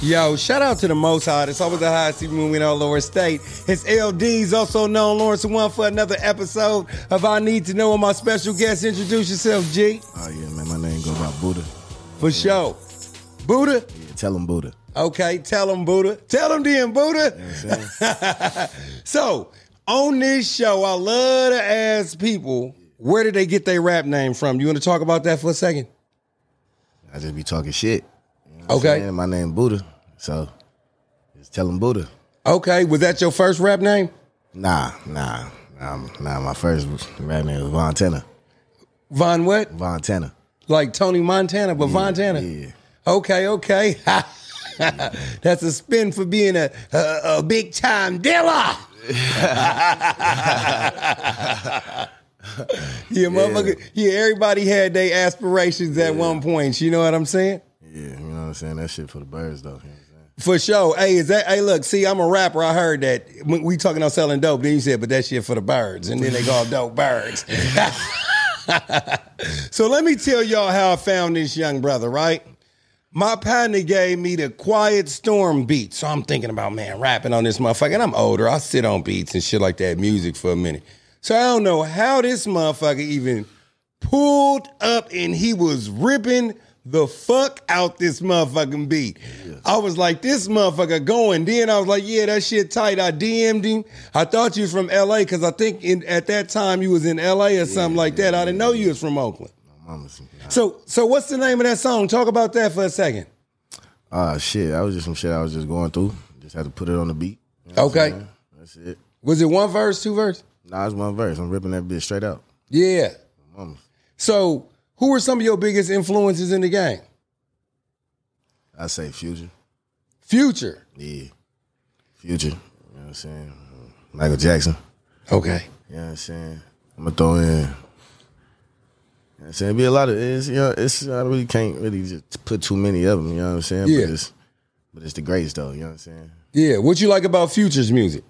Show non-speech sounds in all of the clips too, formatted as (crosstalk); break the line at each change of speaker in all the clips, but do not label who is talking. Yo, shout out to the Most High. It's always a high season when we in our lower state. His LDs, also known Lawrence One, for another episode of I Need to Know. And my special guest, introduce yourself, G.
Oh yeah, man, my name go by Buddha.
For sure. Buddha?
Yeah, tell him Buddha.
Okay, tell him, Buddha. Tell him then, Buddha. (laughs) so, on this show, I love to ask people where did they get their rap name from? You want to talk about that for a second?
I just be talking shit.
Okay.
Man, my name Buddha, so just tell him Buddha.
Okay, was that your first rap name?
Nah, nah, nah, nah. My first rap name was Von Tanner.
Von what?
Von Tanner.
Like Tony Montana, but Von Tanner.
yeah.
Okay, okay. (laughs) That's a spin for being a a, a big time dealer. (laughs) yeah, motherfucker. Yeah, everybody had their aspirations at one point. You know what I'm saying?
Yeah, you know what I'm saying. That shit for the birds, though. You know what I'm
For
saying?
sure. Hey, is that? Hey, look. See, I'm a rapper. I heard that when we talking about selling dope. Then you said, "But that shit for the birds," and then they call dope birds. (laughs) so let me tell y'all how I found this young brother. Right, my partner gave me the Quiet Storm beat. So I'm thinking about man rapping on this motherfucker. And I'm older. I sit on beats and shit like that, music for a minute. So I don't know how this motherfucker even pulled up and he was ripping the fuck out this motherfucking beat. I was like, this motherfucker going. Then I was like, yeah, that shit tight. I DM'd him. I thought you was from LA because I think in, at that time you was in LA or something like that. I didn't know you was from Oakland.
My mama's. Nah.
So, so what's the name of that song? Talk about that for a second.
Ah, shit. That was just some shit I was just going through. Just had to put it on the beat. You know what
Okay.
I'm saying? That's it.
Was it one verse, two verse?
Nah, it's one verse. I'm ripping that bitch straight out.
Yeah.
Mama's.
So, who were some of your biggest influences in the game?
I say Future.
Future.
Yeah. Future. You know what I'm saying? Mm-hmm. Michael Jackson.
Okay.
You know what I'm saying? I'm gonna throw in. You know what I'm saying? It'd be a lot of it's you know, it's I really can't really just put too many of them, you know what I'm saying?
Yeah.
But it's but it's the greatest though, you know what I'm saying?
Yeah. What you like about Future's music?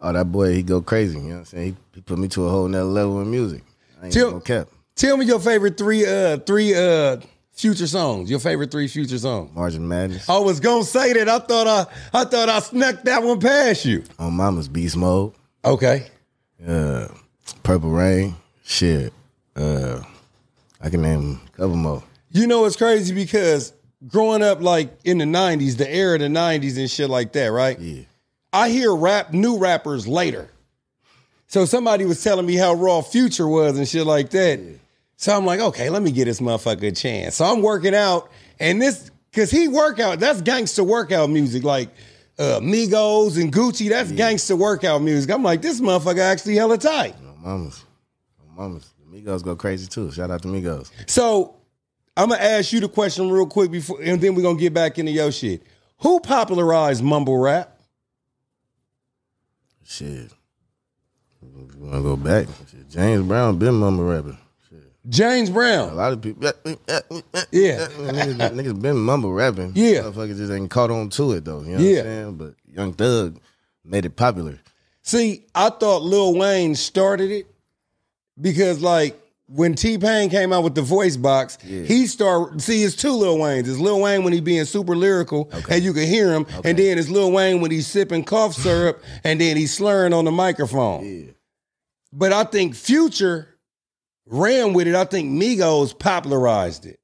Oh, that boy, he go crazy, you know what I'm saying? He, he put me to a whole nother level in music. I ain't
Till-
no cap.
Tell me your favorite three uh three uh future songs. Your favorite three future songs.
Margin Madness.
I was gonna say that. I thought I I thought I snuck that one past you.
On Mama's Beast Mode.
Okay.
Uh Purple Rain. Shit. Uh I can name a couple more.
You know it's crazy because growing up like in the nineties, the era of the nineties and shit like that, right?
Yeah.
I hear rap new rappers later. So somebody was telling me how raw Future was and shit like that. So I'm like, okay, let me get this motherfucker a chance. So I'm working out, and this because he workout. That's gangster workout music, like uh, Migos and Gucci. That's gangster workout music. I'm like, this motherfucker actually hella tight.
On Mama's. On Mama's. The Migos go crazy too. Shout out to Migos.
So I'm gonna ask you the question real quick before, and then we're gonna get back into your shit. Who popularized mumble rap?
Shit. You wanna go back? Shit, James Brown been mumble rapping. Shit.
James
A
Brown.
lot of people,
Yeah.
niggas, niggas been mumble rapping.
Yeah.
motherfuckers just ain't caught on to it though. You know
Yeah.
what I'm saying? But Young Thug made it popular.
See, I thought Lil Wayne started it because, like, when T Pain came out with the voice box, he started. See, it's two Lil Waynes. It's Lil Wayne when he being super lyrical and you can hear him, and then it's Lil Wayne when he's sipping cough syrup and then he's slurring on the microphone.
Yeah,
But I think Future ran with it. I think Migos popularized it.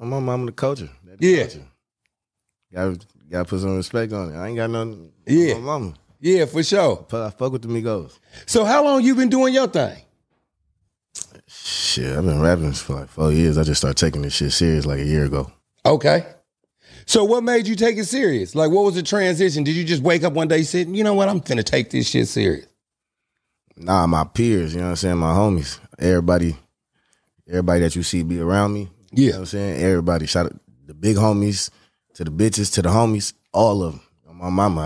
I'm on mama the culture. That the
Yeah.
culture. Gotta gotta put some respect on it. I ain't got nothing.
Yeah.
my mama.
Yeah, for sure.
But I fuck with the Migos.
So, how long you been doing your thing?
Shit, I've been rapping for like four years. I just started taking this shit serious like a year ago.
Okay. So what made you take it serious? Like what was the transition? Did you just wake up one day sitting, you know what, I'm finna take this shit serious?
Nah, my peers, you know what I'm saying? My homies. Everybody, everybody that you see be around me. You know what
Yeah.
I'm saying? Everybody. Shout out the big homies, to the bitches, to the homies, all of them. My mama,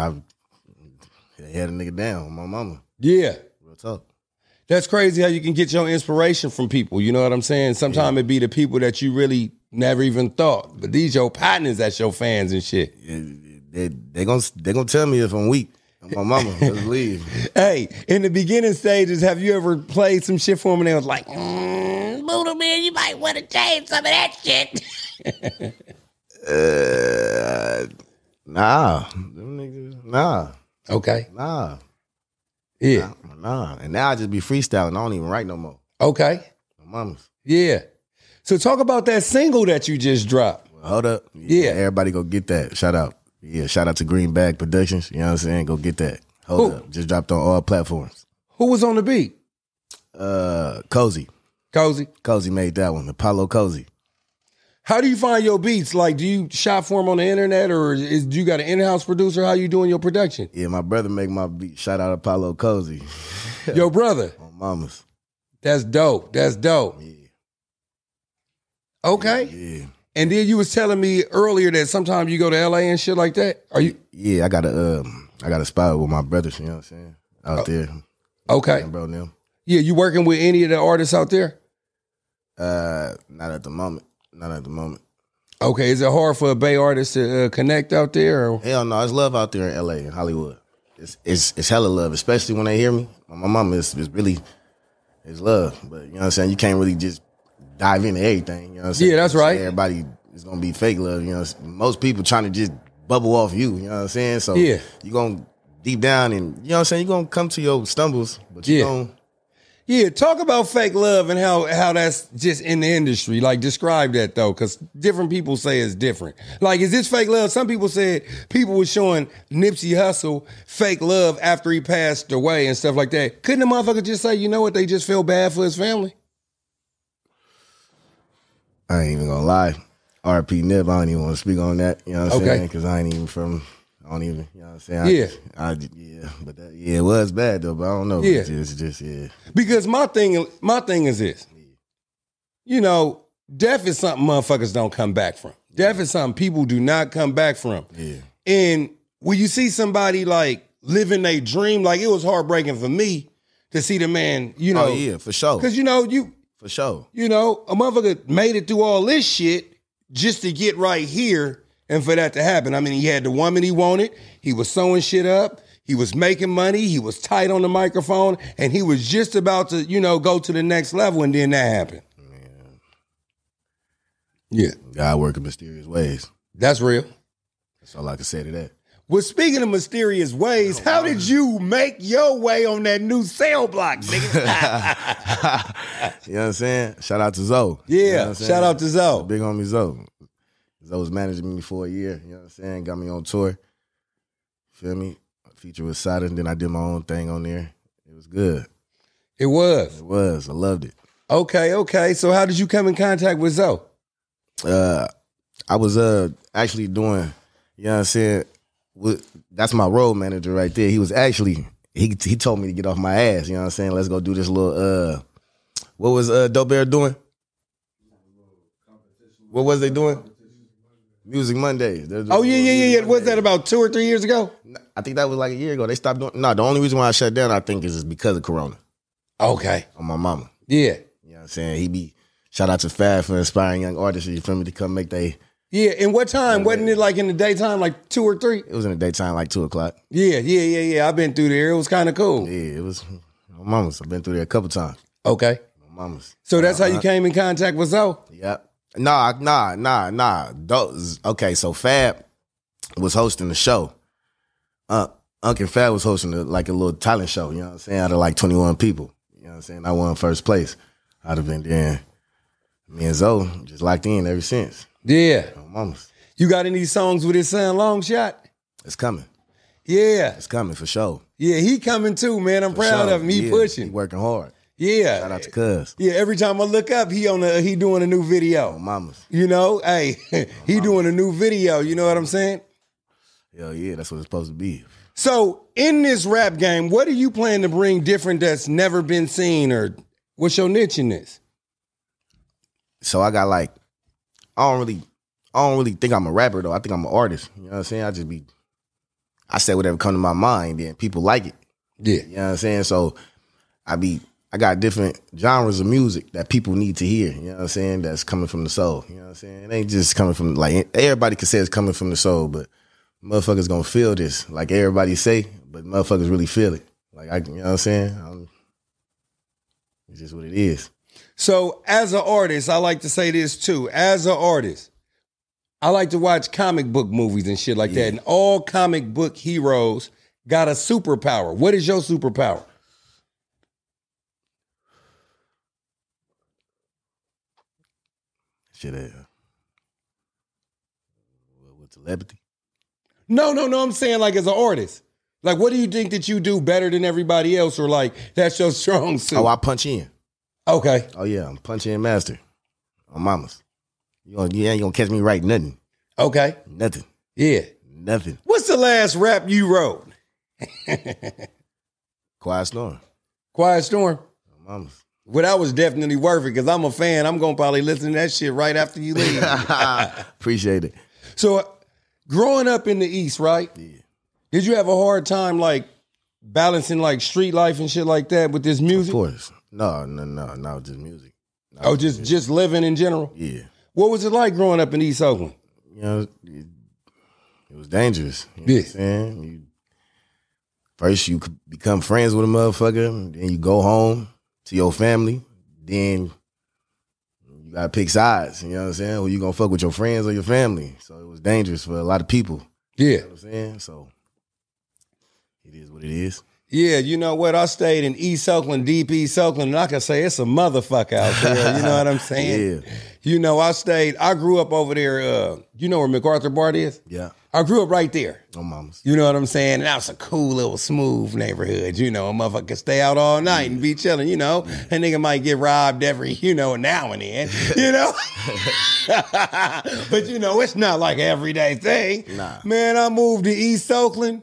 I had a nigga down. My mama.
Yeah.
Real talk.
That's crazy how you can get your inspiration from people. You know what I'm saying? Sometimes it be the people that you really never even thought. But these your partners that's your fans and shit.
They they gonna they gonna tell me if I'm weak. My mama, just leave.
Hey, in the beginning stages, have you ever played some shit for them and they was like, mm, Buddha man, you might want to change some of that shit.
Nah, them niggas, nah,
Okay.
nah,
Yeah.
nah. And now I just be freestyling. I don't even write no more.
Okay.
My mama's.
Yeah. So talk about that single that you just dropped.
Hold up.
Yeah.
Everybody go get that. Shout out. Yeah, shout out to Green Bag Productions. You know what I'm saying? Go get that. Hold
Who?
up. Just dropped on all platforms.
Who was on the beat?
Uh Cozy.
Cozy.
Cozy made that one. Apollo Cozy.
How do you find your beats? Like, do you shop for them on the internet, or is, do you got an in-house producer? How you doing your
(laughs)
production?
Yeah, my brother make my beat. Shout out Apollo Cozy.
Yo, brother,
On mamas.
that's dope. That's dope.
Yeah.
Okay.
Yeah.
And then you was telling me earlier that sometimes you go to LA and shit like that. Are you
Yeah, I got a um I got a spot with my brothers, you know what I'm saying? Out
Oh.
there.
okay?
And bro and them.
Yeah, you working with any of the artists out there?
Uh not at the moment. Not at the moment.
Okay, is it hard for a Bay artist to uh, connect out there? Or?
Hell no, it's love out there in LA and Hollywood. It's it's it's hella love, especially when they hear me. My, my mama is, is really it's love. But you know what I'm saying? You can't really just dive into everything. You know what I'm saying?
Yeah, that's
So
right.
Everybody is gonna be fake love, you know. what I'm saying? Most people trying to just bubble off you, you know what I'm saying? So
Yeah.
you gonna deep down and you know what I'm saying, you're gonna come to your stumbles, but you
Yeah.
gonna
Yeah, talk about fake love and how how that's just in the industry. Like describe that though, because different people say it's different. Like, is this fake love? Some people said people were showing Nipsey Hussle fake love after he passed away and stuff like that. Couldn't the motherfucker just say, you know what, they just feel bad for his family?
I ain't even gonna lie. RP Nib, I don't even want to speak on that. You know what I'm
Okay.
saying? Because I ain't even from. I don't even. You know what I'm saying? I,
Yeah.
I, yeah. But that, yeah, it was bad though. But I don't know.
Yeah.
It's just, just yeah.
Because my thing, my thing is this. You know, death is something motherfuckers don't come back from. Death is something people do not come back from.
Yeah.
And when you see somebody like living a dream, like it was heartbreaking for me to see the man, you know,
oh yeah, for sure.
cause you know, you
For sure.
you know, a motherfucker made it through all this shit just to get right here and for that to happen. I mean, he had the woman he wanted, he was sewing shit up, he was making money, he was tight on the microphone, and he was just about to, you know, go to the next level, and then that happened. Yeah,
God work in mysterious ways.
that's real.
That's all I can say to that.
Well, speaking of mysterious ways, how did you make your way on that new cell block, nigga?
You know what I'm saying? Shout out to Zoe.
yeah,
You know what I'm saying?
shout out to Zoe.
big homie Zoe. Zoe was managing me for a year. You know what I'm saying? Got me on tour. Feel me? Feature with Sada. Then I did my own thing on there. It was good.
It was.
It was. I loved it.
Okay, okay. So how did you come in contact with Zoe?
Uh, I was uh actually doing, you know what I'm saying? With, that's my road manager right there. He was actually he he told me to get off my ass. You know what I'm saying? Let's go do this little uh, what was uh Dope Bear doing? What was they doing? Music Mondays. There's a
Oh
little
yeah, yeah,
Music
yeah, yeah. Was
Mondays.
that about two or three years ago?
I think that was like a year ago. They stopped doing. No, the only reason why I shut down, I think, is because of Corona
Okay.
on my mama.
Yeah.
You know what I'm saying? He be shout out to Fab for inspiring young artists. You feel me? To come make they.
Yeah. And what time? Wasn't it like in the daytime, like two or three?
It was in the daytime, like two o'clock.
Yeah, yeah, yeah, yeah. I've been through there. It was kind of cool.
Yeah, it was my mama's. I've been through there a couple times.
Okay.
My mama's.
So that's how you
Uh-huh.
came in contact with Zoe?
Yep. Nah, nah, nah, nah. Those, okay, so Fab was hosting the show. Uh, Unc and Fab was hosting the, like a little talent show. You know what I'm saying? Out of like 21 people. You know what I'm saying? I won first place. I'd have been there. Me and Zoe just locked in ever since.
Yeah.
My mama's.
You got any songs with his son Long Shot?
It's coming.
Yeah.
It's coming for sure.
Yeah, he coming too, man. I'm
For
proud
sure.
of him. He
Yeah, He
pushing.
working hard.
Yeah.
Shout out to Cuz.
Yeah, every time I look up, he on a he doing a new
My
video.
mama's.
You know, hey, (laughs) he doing a new video. You know what I'm saying?
Hell yeah, that's what it's supposed to be.
So in this rap game, what do you plan to bring different that's never been seen, or what's your niche in this?
So I got like, I don't really, I don't really think I'm a rapper though. I think I'm an artist. You know what I'm saying? I just be, I say whatever come to my mind, and people like it.
Yeah,
You know what I'm saying? So I be, I got different genres of music that people need to hear. You know what I'm saying? That's coming from the soul. You know what I'm saying? It ain't just coming from like everybody can say it's coming from the soul, but motherfuckers gonna feel this like everybody say, but motherfuckers really feel it. Like I, you know what I'm saying? I'm, it's just what it is.
So as an artist, I like to say this too. As an artist, I like to watch comic book movies and shit like that. And all comic book heroes got a superpower. What is your superpower?
Shit, uh, what- what telepathy?
No, no, no. I'm saying like as an artist. Like, what do you think that you do better than everybody else, or like that's your (laughs) strong suit?
Oh, I punch in.
okay,
Oh yeah, I'm punch in master. On mamas, you gonna, you ain't gonna catch me writing nothing,
okay,
nothing,
yeah.
nothing.
What's the last rap you wrote?
Quiet snoring.
Quiet Storm.
On mamas.
Well, that was definitely worth it because I'm a fan. I'm gonna probably listen to that shit right after you leave.
(laughs) Appreciate it.
so, uh, growing up in the East, right?
Yeah.
Did you have a hard time like balancing like street life and shit like that with this
Of
music?
course. No, no, no, no. Just music. No,
Oh, just just living in general.
yeah.
What was it like growing up in East Oakland?
you know, it, it was dangerous. You know
Yeah.
what I'm saying? You, first, you could become friends with a motherfucker, then you go home to your family, then you gotta pick sides. You know what I'm saying? Well, you gonna fuck with your friends or your family. So it was dangerous for a lot of people.
Yeah.
You know what I'm saying? So it is what it is.
Yeah, you know what? I stayed in East Oakland, deep East Oakland, and I can say it's a motherfucker out there. You know
(laughs)
what I'm saying?
Yeah.
You know, I stayed, I grew up over there, uh, you know where MacArthur Bart is?
Yeah.
I grew up right there.
No mamas.
You know what I'm saying? And that was a cool little smooth neighborhood. You know, a motherfucker could stay out all night and be chilling, you know. A nigga might get robbed every, (laughs) you know, now and then, you
(laughs)
know. but you know, it's not like an everyday thing.
Nah.
Man, I moved to East
(laughs)
Oakland.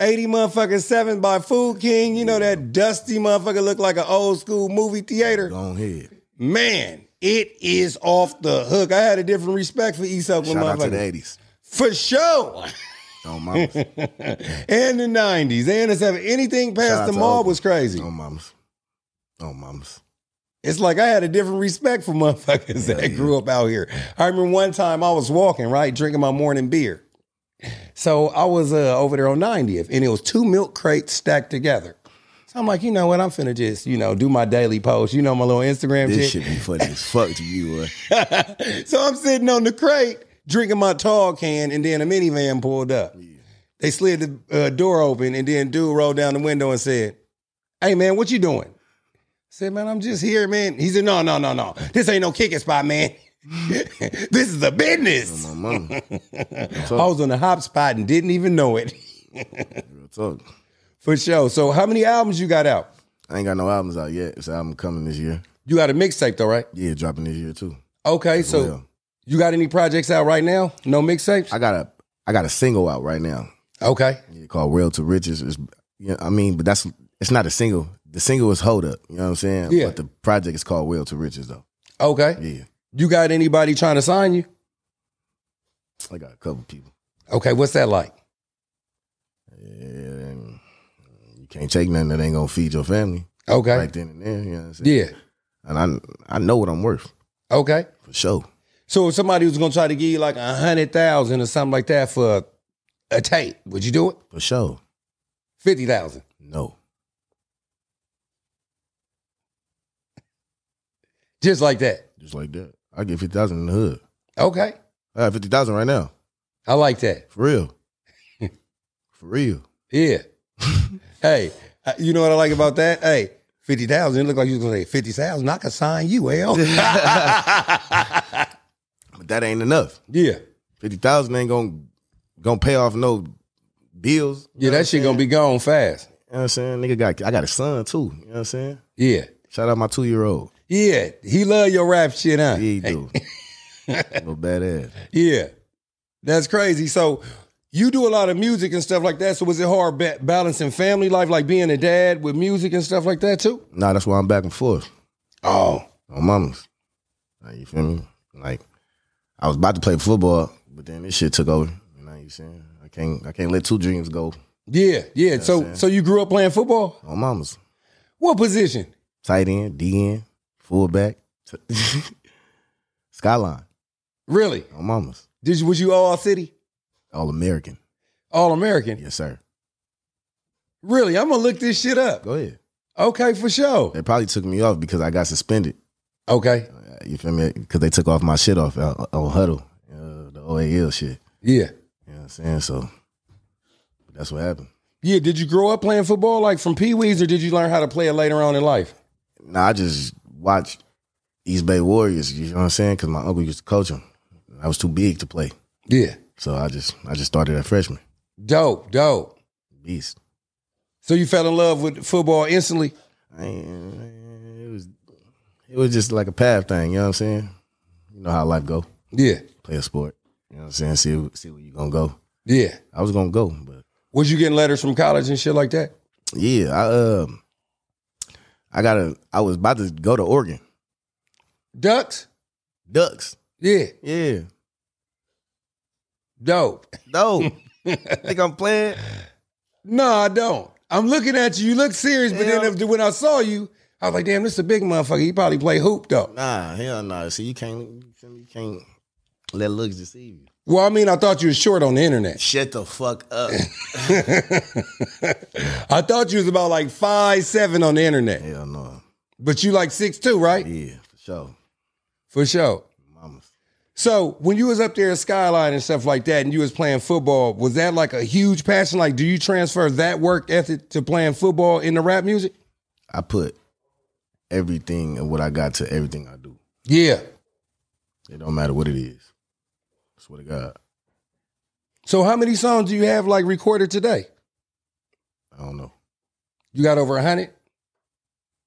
80 motherfucking 7 by Food King. You know that dusty motherfucker look like an old school movie theater.
Go on ahead.
Man, it is off the hook. I had a different respect for East Oakland
Shout out to the
motherfucker.
80s.
For sure (laughs)
No mamas.
and the nineties and the 70s. Anything
Shout
past
out
the
to Oh.
mall
Oakland.
was crazy.
No mamas. No mamas.
It's like I had a different respect for (laughs) motherfuckers that grew up out here. I remember one time I was walking, right, drinking my morning beer. So I was uh, over there on 90th, and it was two milk crates stacked together. So I'm like, you know what? I'm finna just, you know, do my daily post, you know, my little Instagram
This
shit.
shit be funny as fuck to you, boy.
So I'm sitting on the crate drinking my tall can, and then a minivan pulled up. They slid the uh, door open, and then dude rolled down the window and said, "Hey man, what you doing?" I said, "Man, I'm just here, man." He said, "No, no, no, no. This ain't no kicking spot, man. (laughs) this is a business."
(laughs) My mama.
I was on the hop spot and didn't even know it (laughs)
Real talk.
for sure. So how many albums you got out?
I ain't got no albums out yet. This album coming this year.
You got a mixtape though, right?
Yeah, dropping this year too.
Okay, so
Yeah.
you got any projects out right now? No mixtapes?
I got a I got a single out right now
Okay.
yeah, called "Rail to Riches." It's, you know, I mean, but that's it's not a single. The single is "Hold Up." You know what I'm saying?
Yeah.
But the project is called "Rail to Riches," though.
Okay.
Yeah,
You got anybody trying to sign you?
I got a couple people.
Okay, what's that like?
And you can't take nothing that ain't gonna feed your family
Okay.
right then and there. You know what I'm saying?
Yeah.
And I I know what I'm worth
Okay.
for sure.
So if somebody was gonna try to give you like a hundred thousand or something like that for a tape, would you do it?
For sure.
Fifty thousand.
No.
Just like that.
Just like that. I get fifty thousand in the hood.
Okay.
I got fifty thousand right now.
I like that.
For real. For real.
Yeah. (laughs) hey, uh, you know what I like about that? Hey, fifty thousand. It looked like you was gonna say fifty thousand. I could sign you, eh?
(laughs)
hell.
But that ain't enough.
yeah.
Fifty thousand ain't gonna gonna pay off no bills.
Yeah, that shit gonna be gone fast.
You know what I'm saying? Nigga got I got a son too. You know what I'm saying?
Yeah.
Shout out my two year old.
Yeah. He love your rap shit, huh?
Yeah, he do. Little badass.
Yeah, that's crazy. So you do a lot of music and stuff like that. So was it hard ba- balancing family life, like being a dad with music and stuff like that too?
Nah, that's why I'm back and forth
Oh,
on mamas. Like, you feel me? Like I was about to play football, but then this shit took over. You know what I'm saying? I can't I can't let two dreams go
yeah, yeah. so so you grew up playing football.
on mamas.
What position?
Tight end, DN, fullback, (laughs) skyline
Really?
on mamas.
Did you was you all city,
All American.
all American?
Yes, sir.
Really? I'm gonna look this shit up.
Go ahead.
Okay, for sure.
They probably took me off because I got suspended.
Okay.
Uh, You feel me? Because they took off my shit off uh, on Huddle, uh, the OAL shit.
Yeah.
You know what I'm saying? So that's what happened.
Yeah. Did you grow up playing football like from Pee Wees or did you learn how to play it later on in life?
Now I just watched East Bay Warriors. You know what I'm saying? Because my uncle used to coach them. I was too big to play,
Yeah.
so I just I just started at freshman.
Dope, dope.
Beast.
So you fell in love with football instantly?
I ain't- it was it was just like a path thing. You know what I'm saying? You know how life go.
Yeah.
Play a sport. You know what I'm saying? See see where you gonna go.
Yeah.
I was gonna go, but
Was you getting letters from college and shit like that?
yeah, I um I got to I was about to go to Oregon
Ducks?
Ducks.
Yeah.
Yeah,
Dope.
no, think I'm playing.
No, I don't. I'm looking at you. You look serious, but
Hell.
then if, when I saw you, I was like, damn, this is a big motherfucker. He probably play hoop though.
Nah, hell nah. See, you can't, you feel me? You can't let looks deceive you.
Well, I mean, I thought you was short on the internet.
Shut the fuck up.
I thought you was about like five seven on the internet.
hell no.
But you like six two, right?
Yeah, for sure.
For sure.
Mama's.
So when you was up there at Skyline and stuff like that, and you was playing football, was that like a huge passion? Like, do you transfer that work ethic to playing football in the rap music?
I put everything and what I got to everything I do.
Yeah.
It don't matter what it is. Swear to God.
So how many songs do you have like recorded today?
I don't know.
You got over a hundred.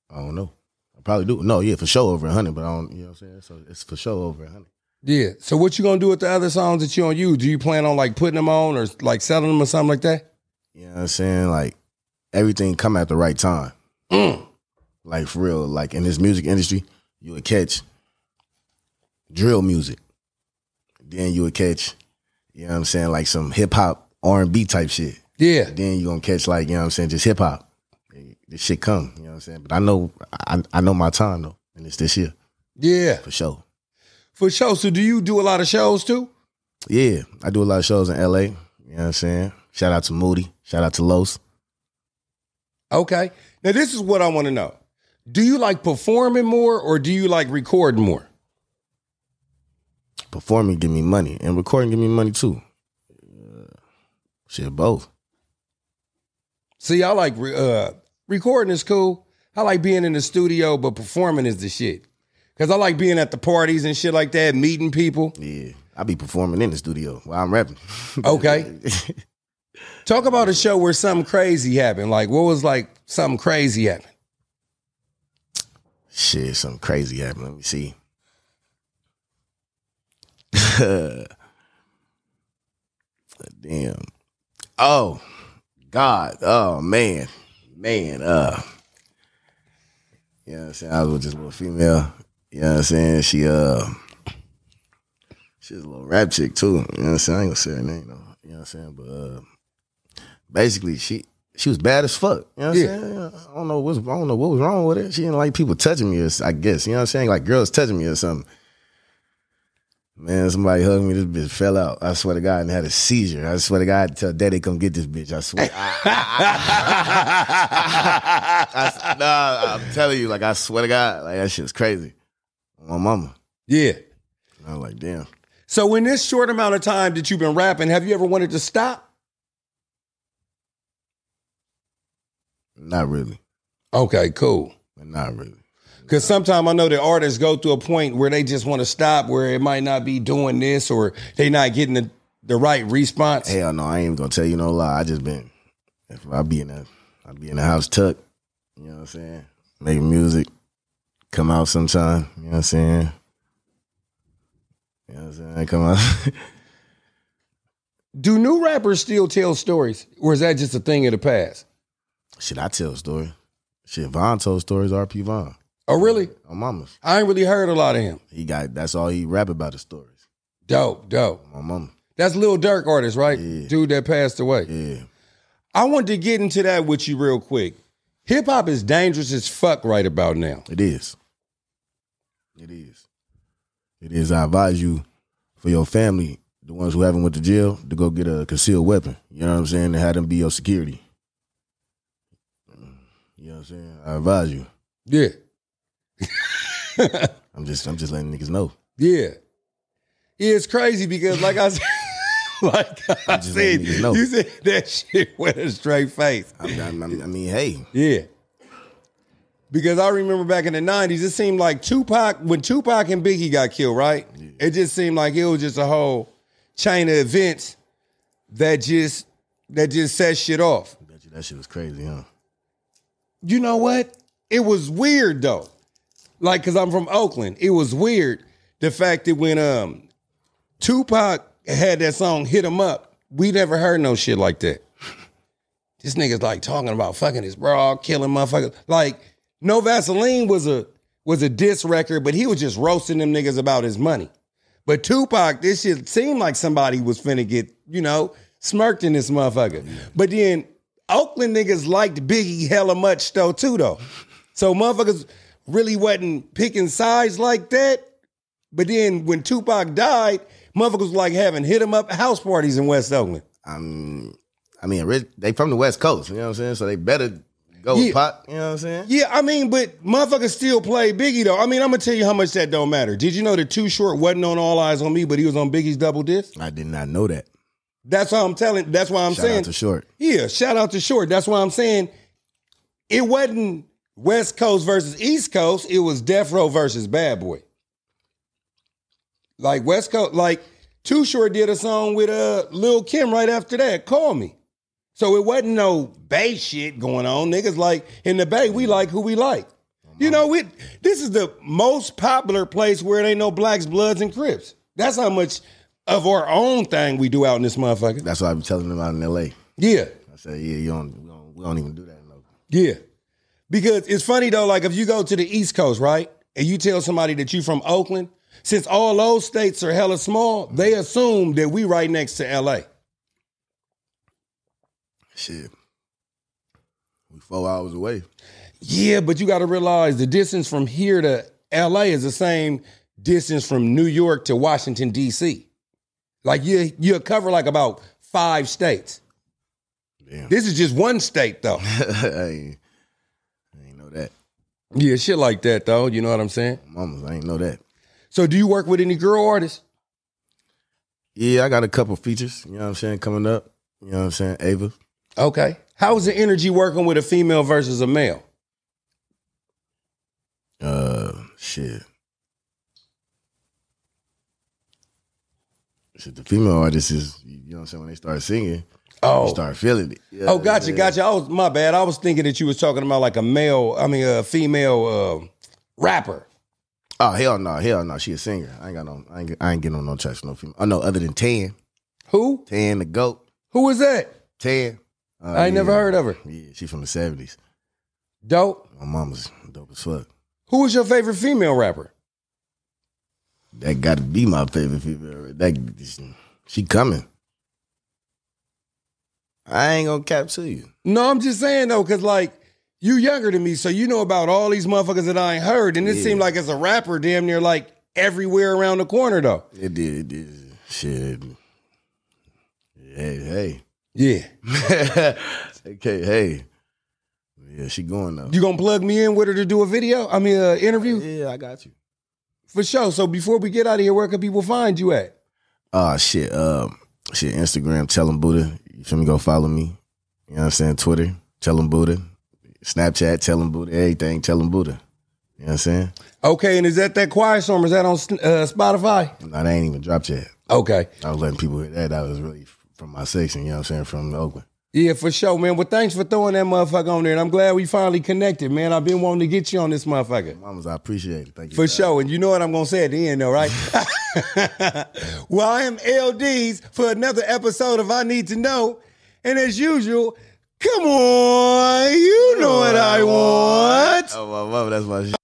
I don't know. I probably do. No, yeah, for sure over 100, but I don't, you know what I'm saying? So it's for sure over 100.
Yeah. So what you gonna do with the other songs that you on you? Do you plan on like putting them on or like selling them or something like that?
You know what I'm saying? Like, everything come at the right time.
Mm.
Like, for real. Like, in this music industry, you would catch drill music. Then you would catch, you know what I'm saying? Like, some hip-hop, R&B type shit.
Yeah.
then you're gonna catch like, you know what I'm saying, just hip hop. This shit come, you know what I'm saying? But I know I, I know my time though, and it's this year,
Yeah.
for sure.
For sure. So do you do a lot of shows too?
Yeah, I do a lot of shows in LA, you know what I'm saying? Shout out to Moody, shout out to Los.
Okay. Now this is what I want to know. Do you like performing more or do you like recording more?
Performing give me money, and recording give me money too. Uh, shit, both.
See, I like re- uh, recording is cool. I like being in the studio, but performing is the shit. Cause I like being at the parties and shit like that, meeting people.
Yeah, I be performing in the studio while I'm rapping. (laughs)
Okay. (laughs) Talk about a show where something crazy happened. Like, what was like something crazy happened?
Shit, something crazy happened. Let me see. (laughs) Damn. Oh, God. Oh, man. Man. Uh, you know what I'm saying? I was with this little female. You know what I'm saying? She, uh, she's a little rap chick, too. You know what I'm saying? I ain't gonna say her name, though. You know what I'm saying? But, uh, basically, she, she was bad as fuck. You know what
Yeah.
I'm saying? I don't know what's I don't know what was wrong with it. She didn't like people touching me. Or, s- I guess you know what I'm saying. Like girls touching me or something. Man, somebody hugged me. This bitch fell out. I swear to God, and had a seizure. I swear to God, tell daddy come get this bitch. I swear. I, s- nah, I'm telling you, like I swear to God, like that shit's crazy. My mama.
Yeah.
And I'm like, damn.
So, in this short amount of time that you've been rapping, have you ever wanted to stop?
Not really.
Okay, cool.
Not really.
Because sometimes I know that artists go to a point where they just want to stop, where it might not be doing this or they not getting the, the right response.
Hell no, I ain't even gonna tell you no lie. I just been if I be in a I be in the house tucked, you know what I'm saying? Making music, come out sometime, you know what I'm saying? You know what I'm saying? Come out. (laughs)
Do new rappers still tell stories, or is that just a thing of the past?
Shit, I tell a story. Shit, Von told stories, RP Von.
Oh, really?
My mama's.
I ain't really heard a lot of him.
He got that's all he rap about is stories.
Dope, dope.
My mama.
That's Lil Durk artist, right?
Yeah.
Dude that passed away.
Yeah.
I wanted to get into that with you real quick. Hip hop is dangerous as fuck right about now.
It is. It is. It is. I advise you for your family, the ones who haven't went to jail, to go get a concealed weapon. You know what I'm saying? To have them be your security. Mm. You know what I'm saying? I advise you.
Yeah.
I'm just I'm just letting niggas know.
Yeah. Yeah, it's crazy because like I said, (laughs) like I
just
said,
letting you know.
you said that shit with a straight face.
I, I, I mean, hey,
Yeah. Because I remember back in the 90s, it seemed like Tupac, when Tupac and Biggie got killed, right? It just seemed like it was just a whole chain of events that just that just set shit off.
I bet you that shit was crazy, huh?
You know what? It was weird though. Like, cause I'm from Oakland. It was weird the fact that when um Tupac had that song Hit 'em Up, we never heard no shit like that. (laughs) this nigga's like talking about fucking his bra, killing motherfuckers. Like, no Vaseline was a was a diss record, but he was just roasting them niggas about his money. But Tupac, this shit seemed like somebody was finna get, you know, smirked in this motherfucker. But then Oakland niggas liked Biggie hella much though, too, though. So motherfuckers really wasn't picking sides like that. But then when Tupac died, motherfuckers was like having hit him up house parties in West Oakland.
I'm, I mean, orig- they from the West Coast, you know what I'm saying? So they better go
Yeah.
with pop, you know what I'm saying?
Yeah, I mean, but motherfuckers still play Biggie though. I mean, I'm gonna tell you how much that don't matter. Did you know that Too Short wasn't on All Eyes on Me, but he was on Biggie's Double Disc?
I did not know that.
That's why I'm telling. That's why I'm
Shout
saying.
out to Short.
Yeah, shout out to Short. That's why I'm saying it wasn't West Coast versus East Coast. It was Death Row versus Bad Boy. Like West Coast, like Too Short did a song with uh Lil Kim right after that. Call me. So it wasn't no Bay shit going on. Niggas like in the Bay, we like who we like. You know, it this is the most popular place where it ain't no blacks, bloods, and crips. That's how much of our own thing we do out in this motherfucker.
That's what I be telling them out in L.A.
Yeah.
I said, yeah, you don't, we don't, we don't even do that. No.
Yeah. Because it's funny though, like if you go to the East Coast, right? And you tell somebody that you from Oakland, since all those states are hella small, they assume that we right next to LA.
Shit. We four hours away.
Yeah, but you gotta realize the distance from here to LA is the same distance from New York to Washington, DC. Like you you'll cover like about five states.
Damn.
This is just one state though.
(laughs)
(laughs)
I, ain't, I ain't know that.
yeah, shit like that though. You know what I'm saying?
Mamas, I ain't know that.
So do you work with any girl artists?
Yeah, I got a couple features, you know what I'm saying, coming up. You know what I'm saying? Ava.
Okay. How is the energy working with a female versus a male?
Uh, shit. Shit, the female artist is, you know what I'm saying, when they start singing,
Oh,
you start feeling it. Yeah,
oh, gotcha,
yeah.
gotcha. I was my bad. I was thinking that you was talking about like a male. I mean, a female uh, rapper.
Oh, hell no, hell no. She a singer. I ain't got no, I ain't, get- I ain't getting on no tracks with no female. Oh, no, other than Tan.
Who?
Tan the GOAT.
Who is that?
Tan. Uh,
I ain't never heard of her.
Yeah, she from the 70s.
Dope.
My mama's dope as fuck.
Who is your favorite female rapper?
That gotta be my favorite female. That she coming. I ain't gonna cap to you.
No, I'm just saying though, because like you younger than me, so you know about all these motherfuckers that I ain't heard, and it
Yeah.
seemed like as a rapper, damn near like everywhere around the corner though.
It did. It did. Shit. Hey, (laughs)
Yeah.
hey. okay, hey. Yeah, she going though.
You gonna plug me in with her to do a video? I mean, uh, interview
yeah, I got you.
for sure. So before we get out of here, where can people find you at?
Oh shit. Um, shit. Instagram. Tell him Buddha. You feel me? Go follow me. You know what I'm saying? Twitter. Tell him Buddha. Snapchat. Tell him Buddha. Everything. Tell him Buddha. You know what I'm saying?
Okay, and is that that Quiet Storm? Is that on uh, Spotify?
No, they ain't even dropped yet.
Okay.
I was letting people hear that. That was really from my section, you know what I'm saying, from Oakland.
Yeah, for sure, man. Well, thanks for throwing that motherfucker on there, and I'm glad we finally connected, man. I've been wanting to get you on this motherfucker
Mamas, I appreciate it. Thank you.
for
sir.
sure. And you know what I'm gonna say at the end, though, right? (laughs) well, I am LDs for another episode of I Need to Know, and as usual, come on, you know what I want.
Oh, my mama, that's my shit.